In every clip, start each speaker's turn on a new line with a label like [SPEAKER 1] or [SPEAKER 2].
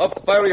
[SPEAKER 1] A fiery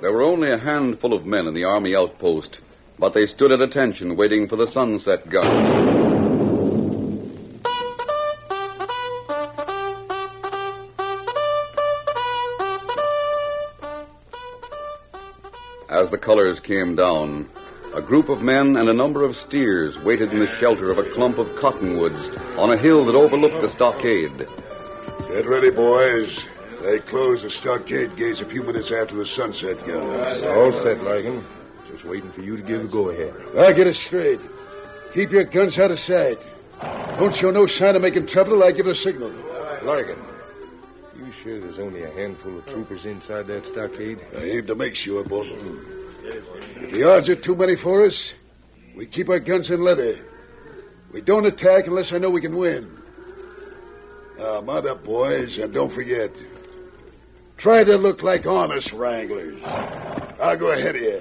[SPEAKER 1] There were only a handful of men in the army outpost, but they stood at attention waiting for the sunset gun. As the colors came down, a group of men and a number of steers waited in the shelter of a clump of cottonwoods on a hill that overlooked the stockade.
[SPEAKER 2] Get ready, boys. They close the stockade gates a few minutes after the sunset goes.
[SPEAKER 3] All set, Larkin. Just waiting for you to give the go ahead.
[SPEAKER 2] Now get it straight. Keep your guns out of sight. Don't show no sign of making trouble till I give the signal.
[SPEAKER 3] Larkin, you sure there's only a handful of troopers inside that stockade? Hmm.
[SPEAKER 2] I aim to make sure, Bolton. If the odds are too many for us, we keep our guns in leather. We don't attack unless I know we can win. Now, mount up, boys, and don't forget. Try to look like honest wranglers. I'll go ahead of you.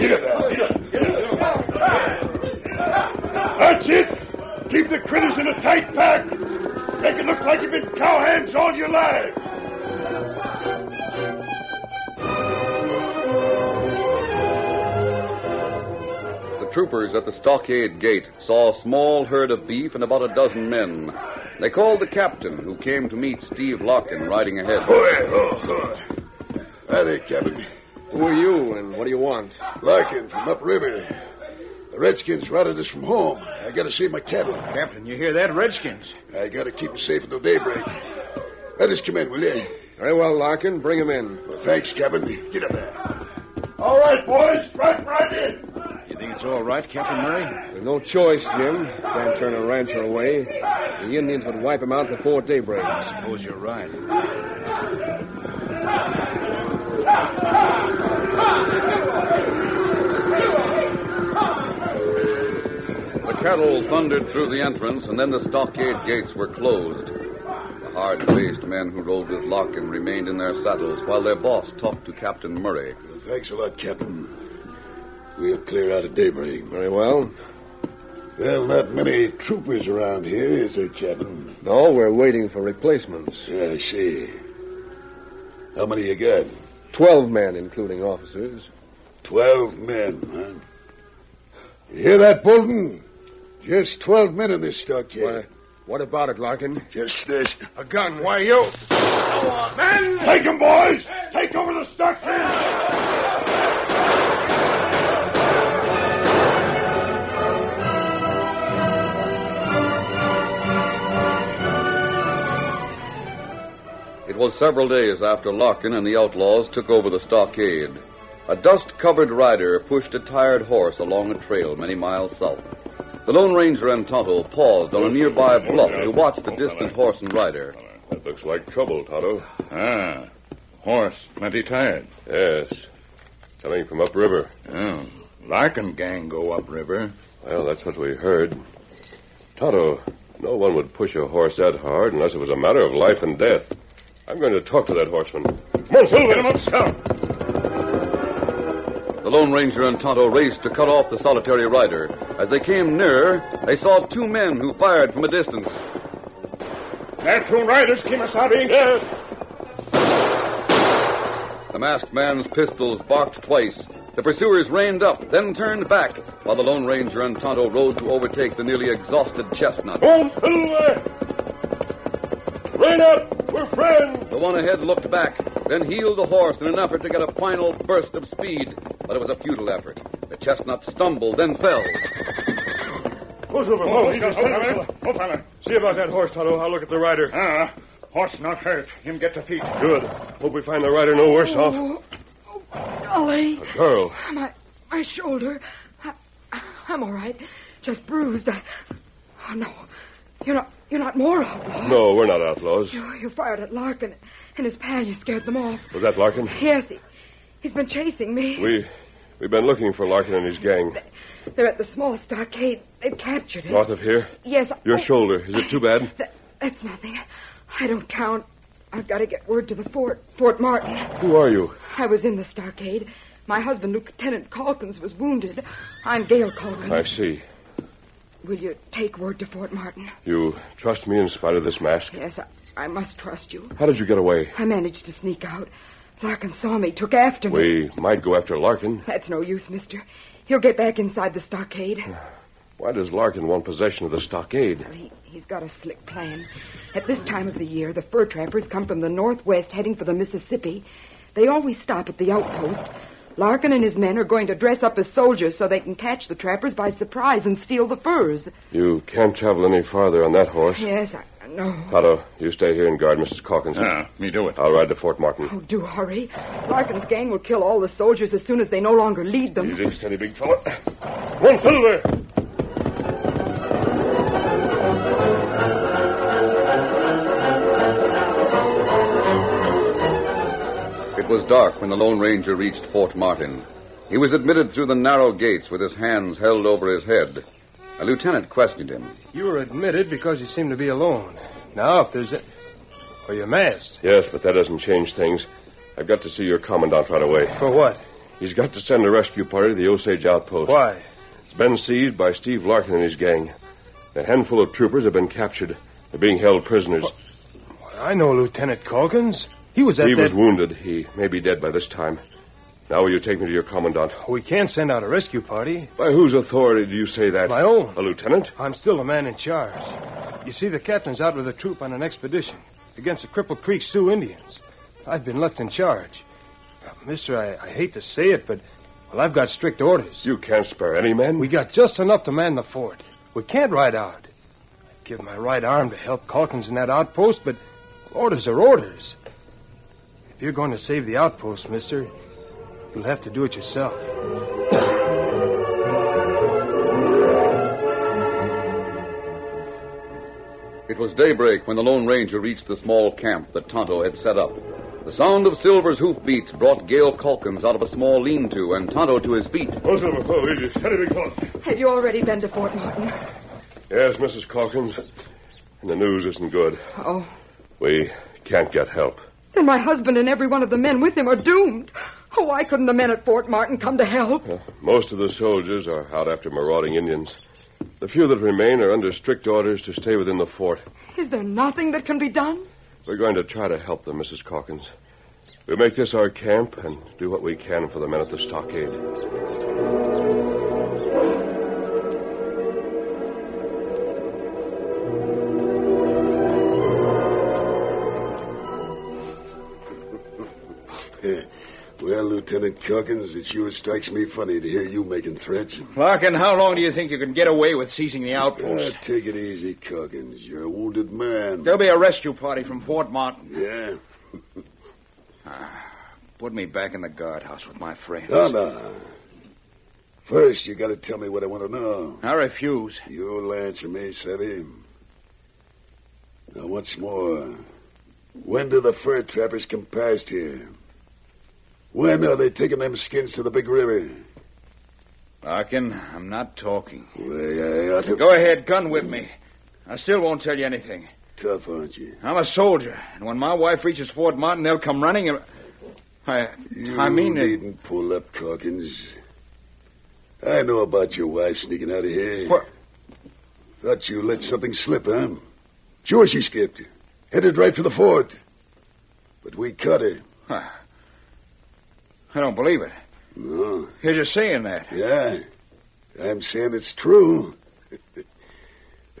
[SPEAKER 2] Get it out. Get it. Get it out. That's it. Keep the critters in a tight pack. Make it look like you've been cowhands all your lives.
[SPEAKER 1] The troopers at the stockade gate saw a small herd of beef and about a dozen men. They called the captain, who came to meet Steve Larkin riding ahead.
[SPEAKER 2] Hoy, ho, ho. Hi there, Captain.
[SPEAKER 3] Who are you, and what do you want?
[SPEAKER 2] Larkin from upriver. The Redskins routed us from home. I gotta save my cattle.
[SPEAKER 4] Captain, you hear that? Redskins.
[SPEAKER 2] I gotta keep them safe until daybreak. Let us come in, will you?
[SPEAKER 3] Very well, Larkin. Bring him in.
[SPEAKER 2] Thanks, Captain. Get up there. All right, boys. Right, right in.
[SPEAKER 4] You think it's all right, Captain Murray?
[SPEAKER 3] There's no choice, Jim. Can't turn a rancher away. The Indians would wipe him out before daybreak.
[SPEAKER 4] I suppose you're right.
[SPEAKER 1] cattle thundered through the entrance, and then the stockade gates were closed. The hard faced men who rode with Larkin remained in their saddles while their boss talked to Captain Murray.
[SPEAKER 2] Thanks a lot, Captain. We'll clear out at daybreak.
[SPEAKER 3] Very well.
[SPEAKER 2] Well, not many troopers around here, is there, Captain?
[SPEAKER 3] No, we're waiting for replacements.
[SPEAKER 2] Yeah, I see. How many you got?
[SPEAKER 3] Twelve men, including officers.
[SPEAKER 2] Twelve men, huh? You hear that, Bolton? Just twelve men in this stockade.
[SPEAKER 3] What about it, Larkin?
[SPEAKER 2] Just this.
[SPEAKER 4] A gun. Why, you.
[SPEAKER 2] Take 'em, boys! Take over the stockade!
[SPEAKER 1] It was several days after Larkin and the outlaws took over the stockade. A dust covered rider pushed a tired horse along a trail many miles south. The Lone Ranger and Tonto paused on a nearby bluff to watch the distant horse and rider.
[SPEAKER 5] That looks like trouble, Toto. Ah. Horse, plenty tired. Yes. Coming from upriver.
[SPEAKER 4] Oh. Larkin gang go upriver.
[SPEAKER 5] Well, that's what we heard. Tonto, no one would push a horse that hard unless it was a matter of life and death. I'm going to talk to that horseman.
[SPEAKER 1] The Lone Ranger and Tonto raced to cut off the solitary rider. As they came nearer, they saw two men who fired from a distance.
[SPEAKER 5] That two riders came us out Yes.
[SPEAKER 1] The masked man's pistols barked twice. The pursuers reined up, then turned back, while the Lone Ranger and Tonto rode to overtake the nearly exhausted chestnut.
[SPEAKER 6] Oh!
[SPEAKER 5] One silver. Rein up. We're friends.
[SPEAKER 1] The one ahead looked back, then heeled the horse in an effort to get a final burst of speed, but it was a futile effort. The chestnut stumbled, then fell.
[SPEAKER 5] Push over,
[SPEAKER 4] Mo. He's just-
[SPEAKER 5] See about that horse, Tonto. I'll look at the rider.
[SPEAKER 4] Ah. Horse not hurt. Him get to feet.
[SPEAKER 5] Good. Hope we find the rider no worse off.
[SPEAKER 7] Oh, oh, golly.
[SPEAKER 5] Girl.
[SPEAKER 7] My, my shoulder. I, I'm all right. Just bruised. I, oh, no. You're not, you're not more outlaw.
[SPEAKER 5] No, we're not outlaws.
[SPEAKER 7] You, you fired at Larkin and his pal. You scared them off.
[SPEAKER 5] Was that Larkin?
[SPEAKER 7] Yes, he, he's been chasing me.
[SPEAKER 5] We we've been looking for Larkin and his gang.
[SPEAKER 7] They're at the small stockade. They've captured it.
[SPEAKER 5] North of here.
[SPEAKER 7] Yes. I-
[SPEAKER 5] Your
[SPEAKER 7] oh,
[SPEAKER 5] shoulder. Is it too bad?
[SPEAKER 7] That, that's nothing. I don't count. I've got to get word to the fort, Fort Martin.
[SPEAKER 5] Who are you?
[SPEAKER 7] I was in the stockade. My husband, Lieutenant Calkins, was wounded. I'm Gail Calkins.
[SPEAKER 5] I see.
[SPEAKER 7] Will you take word to Fort Martin?
[SPEAKER 5] You trust me in spite of this mask.
[SPEAKER 7] Yes, I, I must trust you.
[SPEAKER 5] How did you get away?
[SPEAKER 7] I managed to sneak out. Larkin saw me, took after me.
[SPEAKER 5] We might go after Larkin.
[SPEAKER 7] That's no use, mister. He'll get back inside the stockade.
[SPEAKER 5] Why does Larkin want possession of the stockade?
[SPEAKER 7] He, he's got a slick plan. At this time of the year, the fur trappers come from the northwest heading for the Mississippi. They always stop at the outpost. Larkin and his men are going to dress up as soldiers so they can catch the trappers by surprise and steal the furs.
[SPEAKER 5] You can't travel any farther on that horse.
[SPEAKER 7] Yes, I I know.
[SPEAKER 5] Otto, you stay here and guard Mrs. Calkins.
[SPEAKER 4] Ah, me do it.
[SPEAKER 5] I'll ride to Fort Martin.
[SPEAKER 7] Oh, do hurry. Larkin's gang will kill all the soldiers as soon as they no longer lead them.
[SPEAKER 5] Easy, steady, big fella. One silver.
[SPEAKER 1] It was dark when the Lone Ranger reached Fort Martin. He was admitted through the narrow gates with his hands held over his head. A lieutenant questioned him.
[SPEAKER 3] You were admitted because you seemed to be alone. Now, if there's a. Well, you're masked.
[SPEAKER 5] Yes, but that doesn't change things. I've got to see your commandant right away.
[SPEAKER 3] For what?
[SPEAKER 5] He's got to send a rescue party to the Osage outpost.
[SPEAKER 3] Why?
[SPEAKER 5] It's been seized by Steve Larkin and his gang. A handful of troopers have been captured. They're being held prisoners.
[SPEAKER 3] I know Lieutenant Calkins. He was at
[SPEAKER 5] he
[SPEAKER 3] that.
[SPEAKER 5] was wounded. He may be dead by this time. Now will you take me to your commandant?
[SPEAKER 3] We can't send out a rescue party.
[SPEAKER 5] By whose authority do you say that?
[SPEAKER 3] My own.
[SPEAKER 5] A lieutenant?
[SPEAKER 3] I'm still the man in charge. You see, the captain's out with a troop on an expedition against the Cripple Creek Sioux Indians. I've been left in charge. Now, mister, I, I hate to say it, but, well, I've got strict orders.
[SPEAKER 5] You can't spare any man.
[SPEAKER 3] We got just enough to man the fort. We can't ride out. I'd give my right arm to help Calkins in that outpost, but orders are orders. If you're going to save the outpost, mister, you'll have to do it yourself.
[SPEAKER 1] It was daybreak when the Lone Ranger reached the small camp that Tonto had set up. The sound of Silver's hoofbeats brought Gale Calkins out of a small lean-to and Tonto to his feet.
[SPEAKER 5] Oh, Silver, oh, easy. Steady, big fellow.
[SPEAKER 7] Have you already been to Fort Martin?
[SPEAKER 5] Yes, Mrs. Calkins. And the news isn't good.
[SPEAKER 7] Oh.
[SPEAKER 5] We can't get help.
[SPEAKER 7] Then my husband and every one of the men with him are doomed. Oh, why couldn't the men at Fort Martin come to help?
[SPEAKER 5] Most of the soldiers are out after marauding Indians. The few that remain are under strict orders to stay within the fort.
[SPEAKER 7] Is there nothing that can be done?
[SPEAKER 5] We're going to try to help them, Mrs. Calkins. We'll make this our camp and do what we can for the men at the stockade.
[SPEAKER 2] Well, Lieutenant Calkins, it sure strikes me funny to hear you making threats.
[SPEAKER 4] Larkin, how long do you think you can get away with seizing the
[SPEAKER 2] Ah,
[SPEAKER 4] outpost?
[SPEAKER 2] take it easy, Calkins. You're a wounded man.
[SPEAKER 4] There'll be a rescue party from Fort Martin. Ah,
[SPEAKER 2] Yeah.
[SPEAKER 4] Put me back in the guardhouse with my friends.
[SPEAKER 2] No, no. First, you gotta tell me what I want to know.
[SPEAKER 4] I refuse.
[SPEAKER 2] You'll answer me, Savvy. Now, once more. When do the fur trappers come past here? When are they taking them skins to the big river?
[SPEAKER 4] Larkin, I'm not talking.
[SPEAKER 8] uh,
[SPEAKER 2] Well, I ought to...
[SPEAKER 4] Go ahead, gun whip me. I still won't tell you anything.
[SPEAKER 2] Tough, aren't you?
[SPEAKER 4] I'm a soldier, and when my wife reaches Fort Martin, they'll come running and. I,
[SPEAKER 2] You
[SPEAKER 4] I mean, it.
[SPEAKER 2] needn't pull up, Calkins. I know about your wife sneaking out of here.
[SPEAKER 4] What?
[SPEAKER 2] Thought you let something slip, huh? Sure, she skipped. Headed right for the fort. But we caught her.
[SPEAKER 4] I don't believe it.
[SPEAKER 2] No.
[SPEAKER 4] You're just saying that.
[SPEAKER 2] Yeah. I'm saying it's true.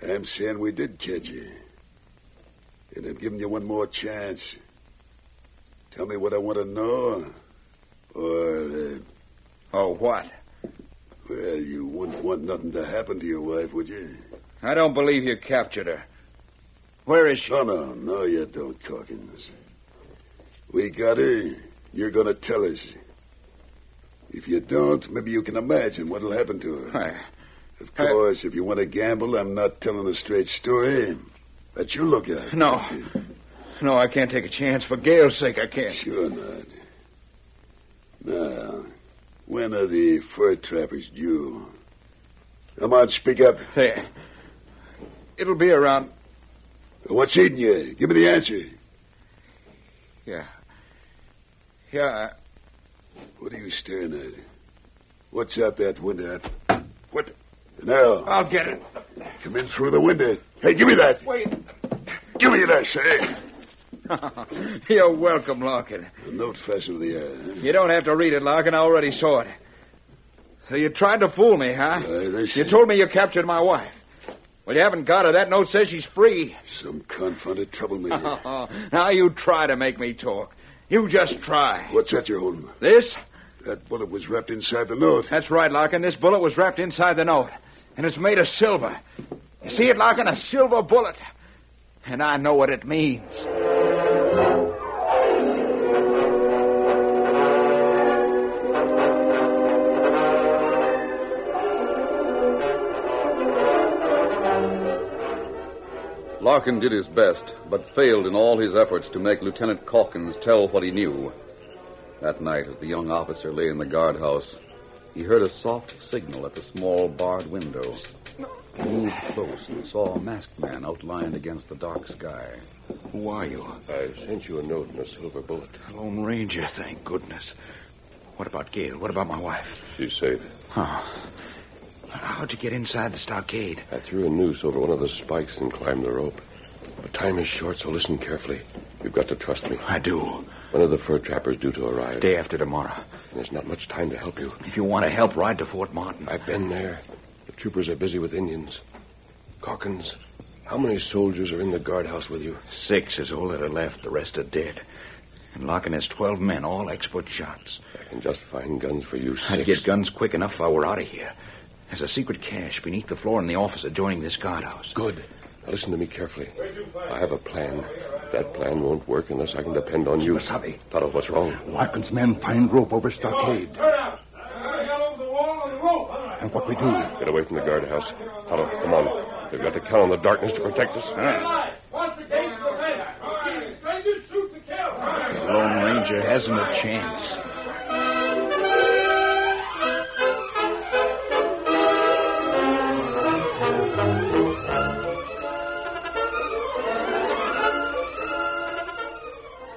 [SPEAKER 2] I'm saying we did catch you. And I'm giving you one more chance. Tell me what I want to know. Or, uh,
[SPEAKER 4] Oh, what?
[SPEAKER 2] well, you wouldn't want nothing to happen to your wife, would you?
[SPEAKER 4] I don't believe you captured her. Where is she?
[SPEAKER 2] No, no, no, you don't, Calkins. We got her. You're going to tell us. If you don't, maybe you can imagine what'll happen to her.
[SPEAKER 4] Why,
[SPEAKER 2] Of course, if you want to gamble, I'm not telling a straight story. That's your lookout.
[SPEAKER 4] No. No, I can't take a chance. For Gale's sake, I can't.
[SPEAKER 2] Sure not. Now, when are the fur trappers due? Come on, speak up.
[SPEAKER 4] There. It'll be around.
[SPEAKER 2] What's eating you? Give me the answer.
[SPEAKER 4] Yeah. Yeah.
[SPEAKER 2] What are you staring at? What's out that window? What? Now.
[SPEAKER 4] I- I'll get it.
[SPEAKER 2] Come in through the window. Hey, give me that.
[SPEAKER 4] Wait.
[SPEAKER 2] Give me that, say.
[SPEAKER 4] You're welcome, Larkin.
[SPEAKER 2] A note fastened to the air.
[SPEAKER 4] You don't have to read it, Larkin. I already saw it. So you tried to fool me, huh?
[SPEAKER 2] Huh? Uh, this
[SPEAKER 4] You told me you captured my wife. Well, you haven't got her. That note says she's free.
[SPEAKER 2] some confounded troublemaker.
[SPEAKER 4] now you try to make me talk. You just try.
[SPEAKER 2] What's that you're holding?
[SPEAKER 4] This?
[SPEAKER 2] That bullet was wrapped inside the note.
[SPEAKER 4] That's right, Larkin. This bullet was wrapped inside the note. And it's made of silver. You see it, Larkin? A silver bullet. And I know what it means.
[SPEAKER 1] Larkin did his best, but failed in all his efforts to make Lieutenant Calkins tell what he knew. That night, as the young officer lay in the guardhouse, he heard a soft signal at the small barred window. He moved close and saw a masked man outlined against the dark sky.
[SPEAKER 4] Who are you?
[SPEAKER 5] I sent you a note and a silver bullet.
[SPEAKER 4] Lone Ranger, thank goodness. What about Gail? What about my wife?
[SPEAKER 5] She's safe.
[SPEAKER 4] Oh. How'd you get inside the stockade?
[SPEAKER 5] I threw a noose over one of the spikes and climbed the rope. But time is short, so listen carefully. You've got to trust me.
[SPEAKER 4] I do.
[SPEAKER 5] When are the fur trappers due to arrive?
[SPEAKER 4] Day after tomorrow.
[SPEAKER 5] There's not much time to help you.
[SPEAKER 4] If you want to help, ride to Fort Martin.
[SPEAKER 5] I've been there. The troopers are busy with Indians. Calkins, how many soldiers are in the guardhouse with you?
[SPEAKER 4] Six is all that are left. The rest are dead. And Larkin has 12 men, all expert shots.
[SPEAKER 5] I can just find guns for you. Six.
[SPEAKER 4] I'd get guns quick enough if I were out of here. There's a secret cache beneath the floor in the office adjoining this guardhouse.
[SPEAKER 5] Good. Now listen to me carefully. I have a plan. That plan won't work unless I can depend on you.
[SPEAKER 4] Wasabi.
[SPEAKER 5] Toto, what's wrong?
[SPEAKER 8] Larkin's men find rope over stockade. And what we do?
[SPEAKER 5] Get away from the guardhouse. Toto, come on. They've got to count on the darkness to protect us.
[SPEAKER 6] Once the gates are open, strangers shoot to kill.
[SPEAKER 4] Lone Ranger hasn't a chance.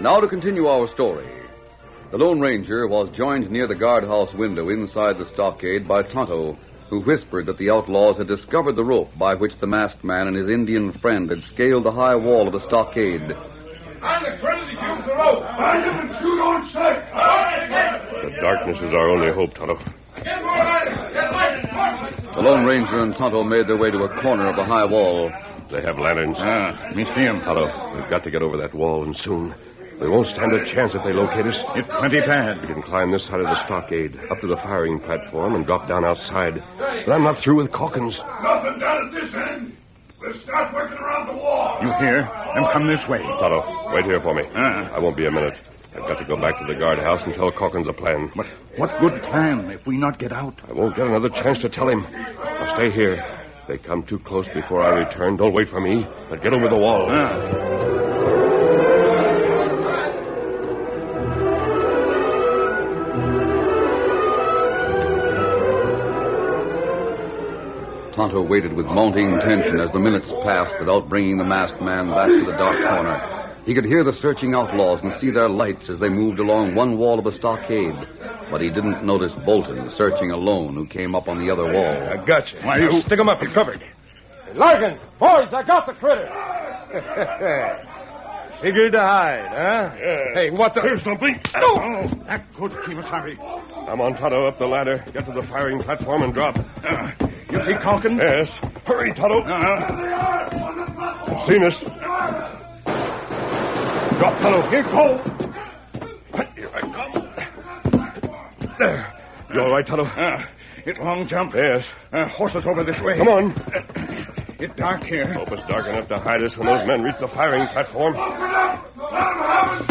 [SPEAKER 1] Now to continue our story. The Lone Ranger was joined near the guardhouse window inside the stockade by Tonto, who whispered that the outlaws had discovered the rope by which the masked man and his Indian friend had scaled the high wall of the stockade.
[SPEAKER 6] I'm the crazy use the rope. Find him and shoot on sight. All right,
[SPEAKER 5] The darkness is our only hope, Tonto.
[SPEAKER 6] get, get more ladders. Get lights, torches.
[SPEAKER 1] The Lone Ranger and Tonto made their way to a corner of the high wall.
[SPEAKER 5] They have lanterns.
[SPEAKER 4] Ah, me see him.
[SPEAKER 5] Tonto, we've got to get over that wall, and soon. We won't stand a chance if they locate us.
[SPEAKER 4] It's plenty
[SPEAKER 5] We
[SPEAKER 4] bad.
[SPEAKER 5] can climb this side of the stockade, up to the firing platform, and drop down outside. But I'm not through with Calkins.
[SPEAKER 6] Nothing down at this end. We'll start working around the wall.
[SPEAKER 8] You hear? Them come this way.
[SPEAKER 5] Tonto, wait here for me.
[SPEAKER 8] Uh.
[SPEAKER 5] I won't be a minute. I've got to go back to the guardhouse and tell Calkins a plan.
[SPEAKER 8] But what good plan if we not get out?
[SPEAKER 5] I won't get another chance to tell him. Now stay here. If they come too close before I return, don't wait for me, but get over the wall.
[SPEAKER 8] Ah.
[SPEAKER 1] Tonto waited with mounting tension as the minutes passed without bringing the masked man back to the dark corner. He could hear the searching outlaws and see their lights as they moved along one wall of the stockade, but he didn't notice Bolton searching alone who came up on the other wall.
[SPEAKER 8] I got you. Why,
[SPEAKER 5] you-
[SPEAKER 8] Stick them up. You're covered.
[SPEAKER 3] Larkin, boys, I got the critter. Figured to hide, huh? Hey, what the?
[SPEAKER 5] Here's something.
[SPEAKER 8] Oh, that good Kimasari.
[SPEAKER 5] I'm on Tonto up the ladder. Get to the firing platform and drop.
[SPEAKER 8] Uh, you see Calkins?
[SPEAKER 5] Yes. Hurry, Tonto.
[SPEAKER 8] Uh,
[SPEAKER 5] They've seen us. Drop, Tonto. Here, go. Here I come. There. You all right, Tonto?
[SPEAKER 8] uh, it long jump.
[SPEAKER 5] Yes.
[SPEAKER 8] Uh, horses over this way.
[SPEAKER 5] Come on.
[SPEAKER 8] It dark here.
[SPEAKER 5] Hope it's dark enough to hide us when those men reach the firing platform.
[SPEAKER 6] Open up. Farmhouse.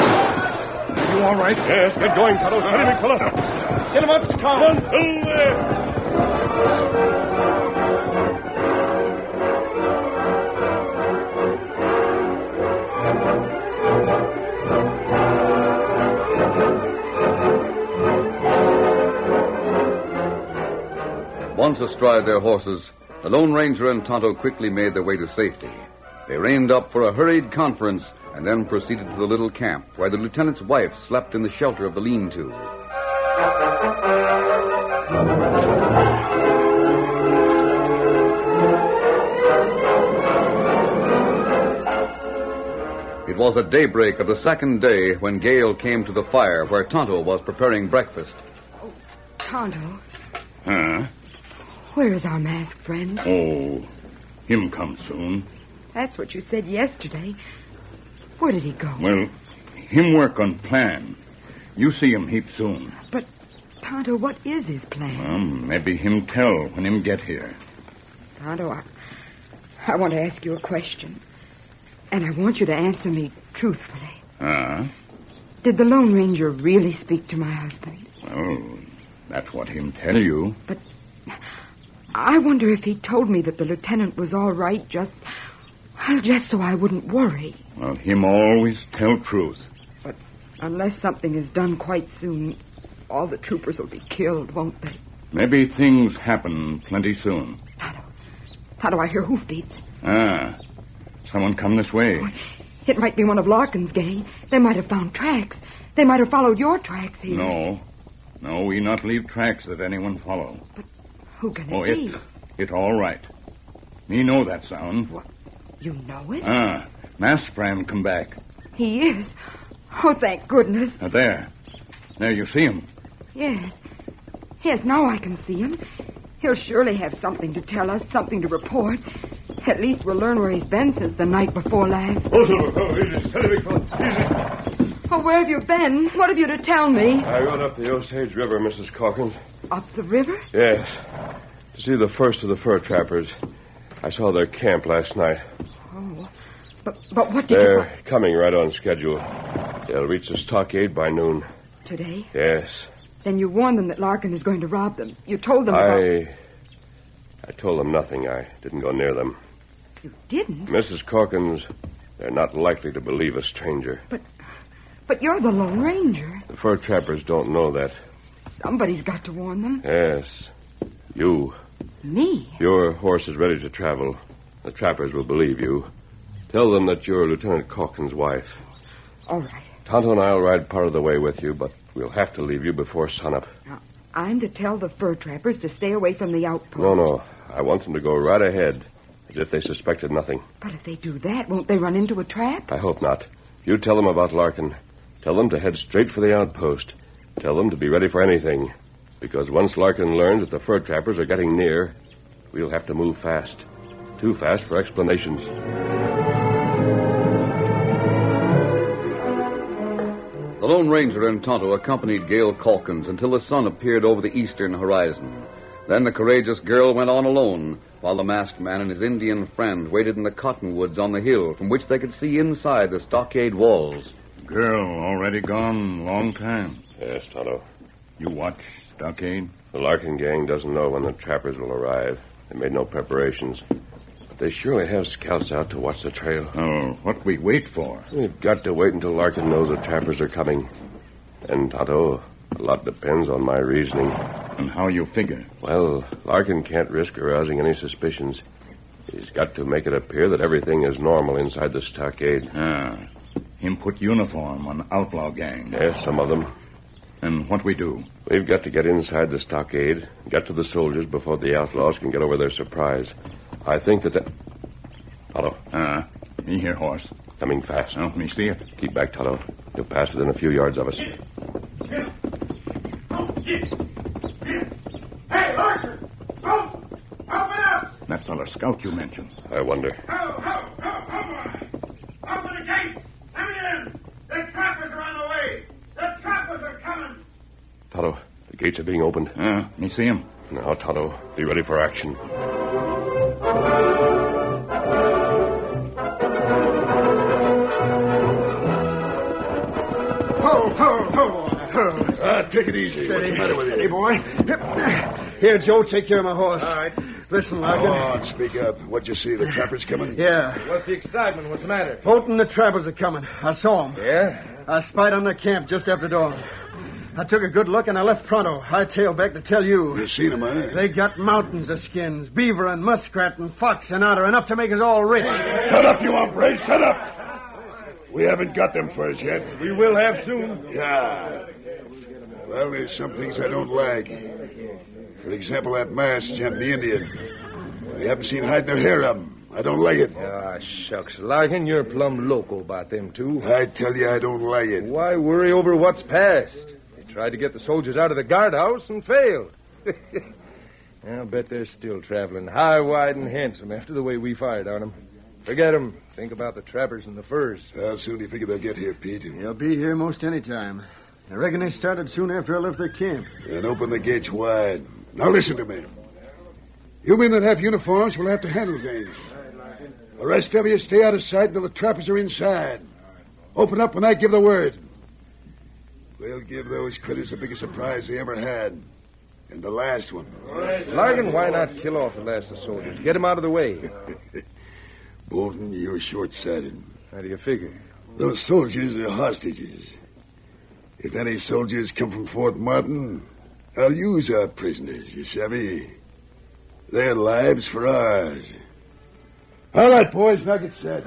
[SPEAKER 8] You all right?
[SPEAKER 5] Yes, get going, Tonto. Steady, big fella.
[SPEAKER 3] Get him up, Scott.
[SPEAKER 5] One, two, there.
[SPEAKER 1] Once astride their horses, the Lone Ranger and Tonto quickly made their way to safety. They reined up for a hurried conference and then proceeded to the little camp where the lieutenant's wife slept in the shelter of the lean to. It was at daybreak of the second day when Gale came to the fire where Tonto was preparing breakfast.
[SPEAKER 7] Tonto,
[SPEAKER 8] Huh?
[SPEAKER 7] where is our masked friend?
[SPEAKER 8] Oh, him come soon.
[SPEAKER 7] That's what you said yesterday. Where did he go?
[SPEAKER 8] Well, him work on plan. You see him heap soon.
[SPEAKER 7] But, Tonto, what is his plan?
[SPEAKER 8] Um, maybe him tell when him get here.
[SPEAKER 7] Tonto, I, I want to ask you a question. And I want you to answer me truthfully.
[SPEAKER 8] Ah,
[SPEAKER 7] Did the Lone Ranger really speak to my husband?
[SPEAKER 8] well, Oh, that's what him tell you.
[SPEAKER 7] I wonder if he told me that the lieutenant was all right just. Well, just so I wouldn't worry.
[SPEAKER 8] Well, him always tell truth.
[SPEAKER 7] Unless something is done quite soon, all the troopers will be killed, won't they?
[SPEAKER 8] Maybe things happen plenty soon.
[SPEAKER 7] How do I hear hoofbeats?
[SPEAKER 8] Ah, someone come this way.
[SPEAKER 7] It might be one of Larkin's gang. They might have found tracks. They might have followed your tracks here.
[SPEAKER 8] No, no, we not leave tracks that anyone follow.
[SPEAKER 7] Who can it
[SPEAKER 8] Oh,
[SPEAKER 7] be?
[SPEAKER 8] it, it all right. Me know that sound.
[SPEAKER 7] You know it?
[SPEAKER 8] Ah, Maskbrand come back.
[SPEAKER 7] Oh, He is. Oh, thank goodness.
[SPEAKER 8] Now there, there you see him.
[SPEAKER 7] Yes. Yes, now I can see him. He'll surely have something to tell us, something to report. At least we'll learn where he's been since the night before last.
[SPEAKER 5] Oh,
[SPEAKER 7] Oh, where have you been? What have you to tell me?
[SPEAKER 5] I rode up the Osage River, Mrs. Calkins.
[SPEAKER 7] Up the river?
[SPEAKER 5] Yes, to see the first of the fur trappers. I saw their camp last night.
[SPEAKER 7] Oh. But, but what did you
[SPEAKER 5] They're coming right on schedule. They'll reach the stockade by noon.
[SPEAKER 7] find today?
[SPEAKER 5] Yes,
[SPEAKER 7] Then you warned them that Larkin is going to rob them. You told them about...
[SPEAKER 5] I. I told them nothing. I didn't go near them.
[SPEAKER 7] You didn't?
[SPEAKER 5] Mrs. Calkins, they're not likely to believe a stranger.
[SPEAKER 7] But you're the Lone Ranger.
[SPEAKER 5] The fur trappers don't know that.
[SPEAKER 7] Somebody's got to warn them.
[SPEAKER 5] Yes, you.
[SPEAKER 7] Me?
[SPEAKER 5] Your horse is ready to travel. The trappers will believe you. Tell them that you're Lieutenant Calkins' wife.
[SPEAKER 7] All right.
[SPEAKER 5] Tonto and I'll ride part of the way with you, but we'll have to leave you before sunup.
[SPEAKER 7] I'm to tell the fur trappers to stay away from the outpost.
[SPEAKER 5] No, no. I want them to go right ahead, as if they suspected nothing.
[SPEAKER 7] But if they do that, won't they run into a trap?
[SPEAKER 5] I hope not. You tell them about Larkin. Tell them to head straight for the outpost. Tell them to be ready for anything. Because once Larkin learns that the fur trappers are getting near, we'll have to move fast. Too fast for explanations.
[SPEAKER 1] The Lone Ranger and Tonto accompanied Gale Calkins until the sun appeared over the eastern horizon. Then the courageous girl went on alone, while the masked man and his Indian friend waited in the cottonwoods on the hill from which they could see inside the stockade walls.
[SPEAKER 8] Girl already gone long time.
[SPEAKER 5] Yes, Tonto.
[SPEAKER 8] You watch, Stockade.
[SPEAKER 5] The Larkin gang doesn't know when the trappers will arrive. They made no preparations. But they surely have scouts out to watch the trail.
[SPEAKER 8] Oh, what we wait for?
[SPEAKER 5] We've got to wait until Larkin knows the trappers are coming. And, Tonto, a lot depends on my reasoning.
[SPEAKER 8] And how you figure?
[SPEAKER 5] Well, Larkin can't risk arousing any suspicions. He's got to make it appear that everything is normal inside the stockade.
[SPEAKER 8] Ah, him put uniform on outlaw gang.
[SPEAKER 5] Yes, some of them.
[SPEAKER 8] And what we do?
[SPEAKER 5] We've got to get inside the stockade, get to the soldiers before the outlaws can get over their surprise. I think that. The... Tonto,
[SPEAKER 8] Ah, me here, horse.
[SPEAKER 5] coming fast.
[SPEAKER 8] Help me see it.
[SPEAKER 5] Keep back, Tonto. You'll pass within a few yards of us.
[SPEAKER 6] Hey, Larkin! Don't! Up and up!
[SPEAKER 8] That fellow scout you mentioned.
[SPEAKER 5] I wonder.
[SPEAKER 6] Help, help, help, help! Up to the gate! Let me in! The trappers are on the way! The trappers are coming!
[SPEAKER 5] Tonto, the gates are being opened.
[SPEAKER 8] Ah, me see him.
[SPEAKER 5] Now, Tonto, be ready for action.
[SPEAKER 9] Ho, ho, ho. ho.
[SPEAKER 2] Ah, take it easy. What's the matter with
[SPEAKER 9] Steady,
[SPEAKER 2] you?
[SPEAKER 9] boy. Here, Joe, take care of my horse. Oh,
[SPEAKER 2] All right. Come
[SPEAKER 9] Listen, Larkin.
[SPEAKER 2] on, speak up. What'd you see? The trappers coming?
[SPEAKER 9] Yeah.
[SPEAKER 10] What's the excitement? What's the matter?
[SPEAKER 9] Boat and the trappers are coming. I saw 'em.
[SPEAKER 10] Yeah?
[SPEAKER 9] I spied on their camp just after dawn. I took a good look and I left pronto. I tailed back to tell you.
[SPEAKER 2] You seen eh? them, huh?
[SPEAKER 9] They got mountains of skins, beaver and muskrat and fox and otter, enough to make us all rich.
[SPEAKER 2] Shut up, you hombre. Shut up. We haven't got them furs yet.
[SPEAKER 10] We will have soon.
[SPEAKER 2] Yeah. Well, there's some things I don't like. For example, that mask gent, the Indian. We haven't seen hide their hair of 'em. I don't like it.
[SPEAKER 10] Ah, shucks. Larkin, you're plumb loco about them two.
[SPEAKER 2] I tell you, I don't like it.
[SPEAKER 10] Why worry over what's past? They tried to get the soldiers out of the guardhouse and failed. I'll bet they're still traveling high, wide, and handsome after the way we fired on them. Forget 'em. Think about the trappers and the furs.
[SPEAKER 2] How soon do you figure they'll get here, Pete?
[SPEAKER 9] They'll be here most any time. I reckon they started soon after I left their camp.
[SPEAKER 2] Then open the gates wide. Now listen to me. You men that have uniforms will have to handle things. The rest of you stay out of sight until the trappers are inside. Open up when I give the word. We'll give those critters the biggest surprise they ever had. And the last one.
[SPEAKER 10] Larkin, why not kill off the last of the soldiers? Get 'em out of the way.
[SPEAKER 2] Bolton, you're short sighted.
[SPEAKER 10] How do you figure?
[SPEAKER 2] Those soldiers are hostages. If any soldiers come from Fort Martin, I'll use our prisoners, you savvy? Their lives for ours. All right, boys, now get set.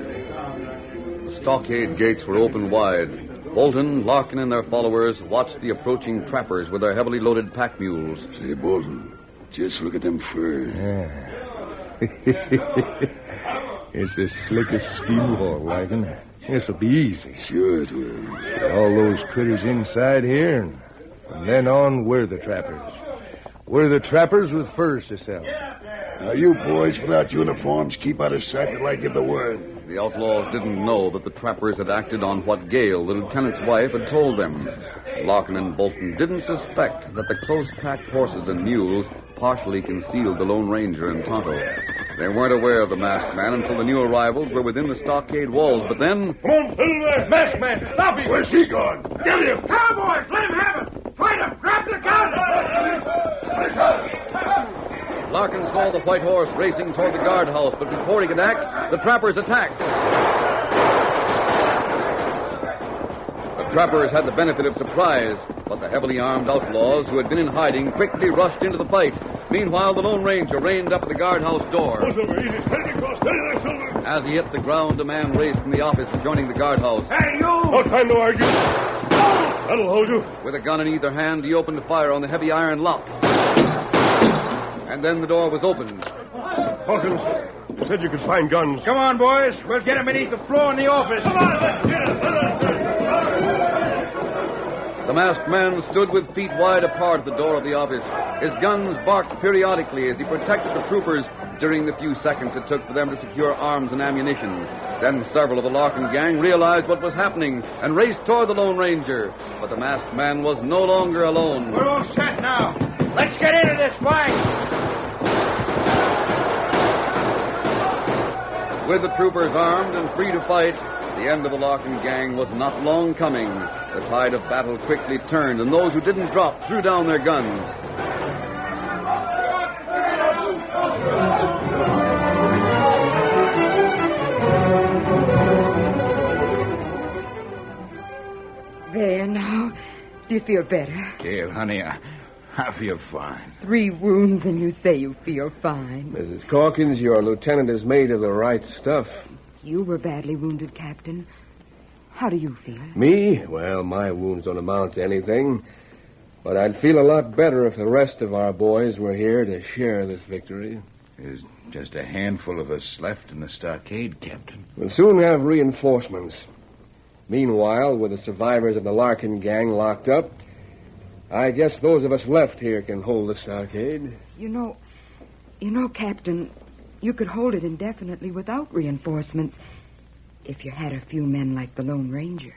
[SPEAKER 1] The stockade gates were opened wide. Bolton, Larkin, and their followers watched the approaching trappers with their heavily loaded pack mules.
[SPEAKER 2] Say, Bolton, just look at them furs.
[SPEAKER 4] It's the slickest steamhole, Larkin. This'll be easy.
[SPEAKER 2] Sure it will.
[SPEAKER 4] All those critters inside here, and from then on, we're the trappers. We're the trappers with furs to sell.
[SPEAKER 2] Now, you boys without uniforms, keep out of sight till I give the word.
[SPEAKER 1] The outlaws didn't know that the trappers had acted on what Gale, the lieutenant's wife, had told them. Larkin and Bolton didn't suspect that the close packed horses and mules partially concealed the Lone Ranger and Tonto. They weren't aware of the masked man until the new arrivals were within the stockade walls, but then
[SPEAKER 6] Come on, Silver! Masked man, stop him!
[SPEAKER 2] Where's he gone? Get him!
[SPEAKER 6] Cowboys, let him have it! Fight him! Grab the gun!
[SPEAKER 1] Larkin saw the white horse racing toward the guardhouse, but before he could act, the trappers attacked. The trappers had the benefit of surprise, but the heavily armed outlaws who had been in hiding quickly rushed into the fight. Meanwhile, the Lone Ranger reined up at the guardhouse door.
[SPEAKER 6] Silver, easy. Steady, cross. Steady there, Silver.
[SPEAKER 1] As he hit the ground, a man raised from the office adjoining the guardhouse.
[SPEAKER 6] Hey, you! No time to argue. That'll hold you.
[SPEAKER 1] With a gun in either hand, he opened fire on the heavy iron lock. And then the door was opened.
[SPEAKER 4] Hawkins, you said you could find guns.
[SPEAKER 3] Come on, boys. We'll get him beneath the floor in the office.
[SPEAKER 6] Come on, let's get it.
[SPEAKER 1] The masked man stood with feet wide apart at the door of the office. His guns barked periodically as he protected the troopers during the few seconds it took for them to secure arms and ammunition. Then several of the Larkin gang realized what was happening and raced toward the Lone Ranger. But the masked man was no longer alone.
[SPEAKER 3] We're all set now. Let's get into this fight.
[SPEAKER 1] With the troopers armed and free to fight, the end of the Larkin gang was not long coming. The tide of battle quickly turned, and those who didn't drop threw down their guns.
[SPEAKER 7] There now. Do uh, you feel better?
[SPEAKER 8] Gail, honey, I, I feel fine.
[SPEAKER 7] Three wounds, and you say you feel fine.
[SPEAKER 4] Mrs. Hawkins, your lieutenant is made of the right stuff.
[SPEAKER 7] You were badly wounded, Captain. How do you feel?
[SPEAKER 4] Me? Well, my wounds don't amount to anything. But I'd feel a lot better if the rest of our boys were here to share this victory.
[SPEAKER 8] There's just a handful of us left in the stockade, Captain.
[SPEAKER 4] We'll soon have reinforcements. Meanwhile, with the survivors of the Larkin gang locked up, I guess those of us left here can hold the stockade.
[SPEAKER 7] You know, you know, Captain, you could hold it indefinitely without reinforcements if you had a few men like the Lone Ranger.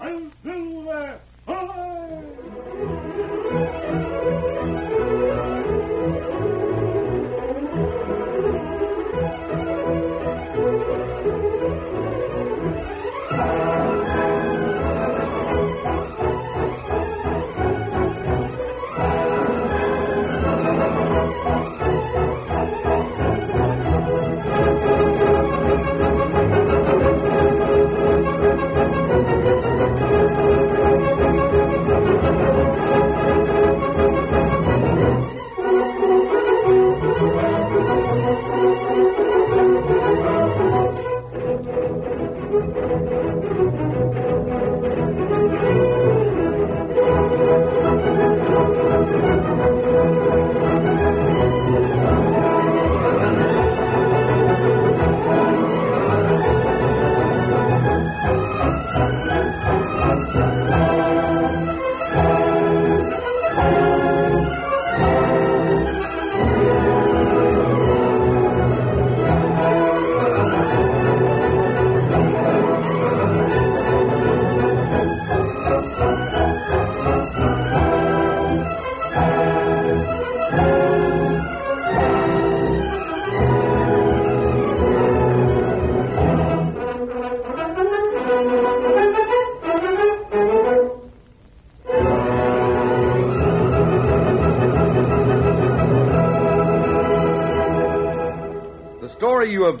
[SPEAKER 6] I'm Silver! Ahoy!
[SPEAKER 1] The story you have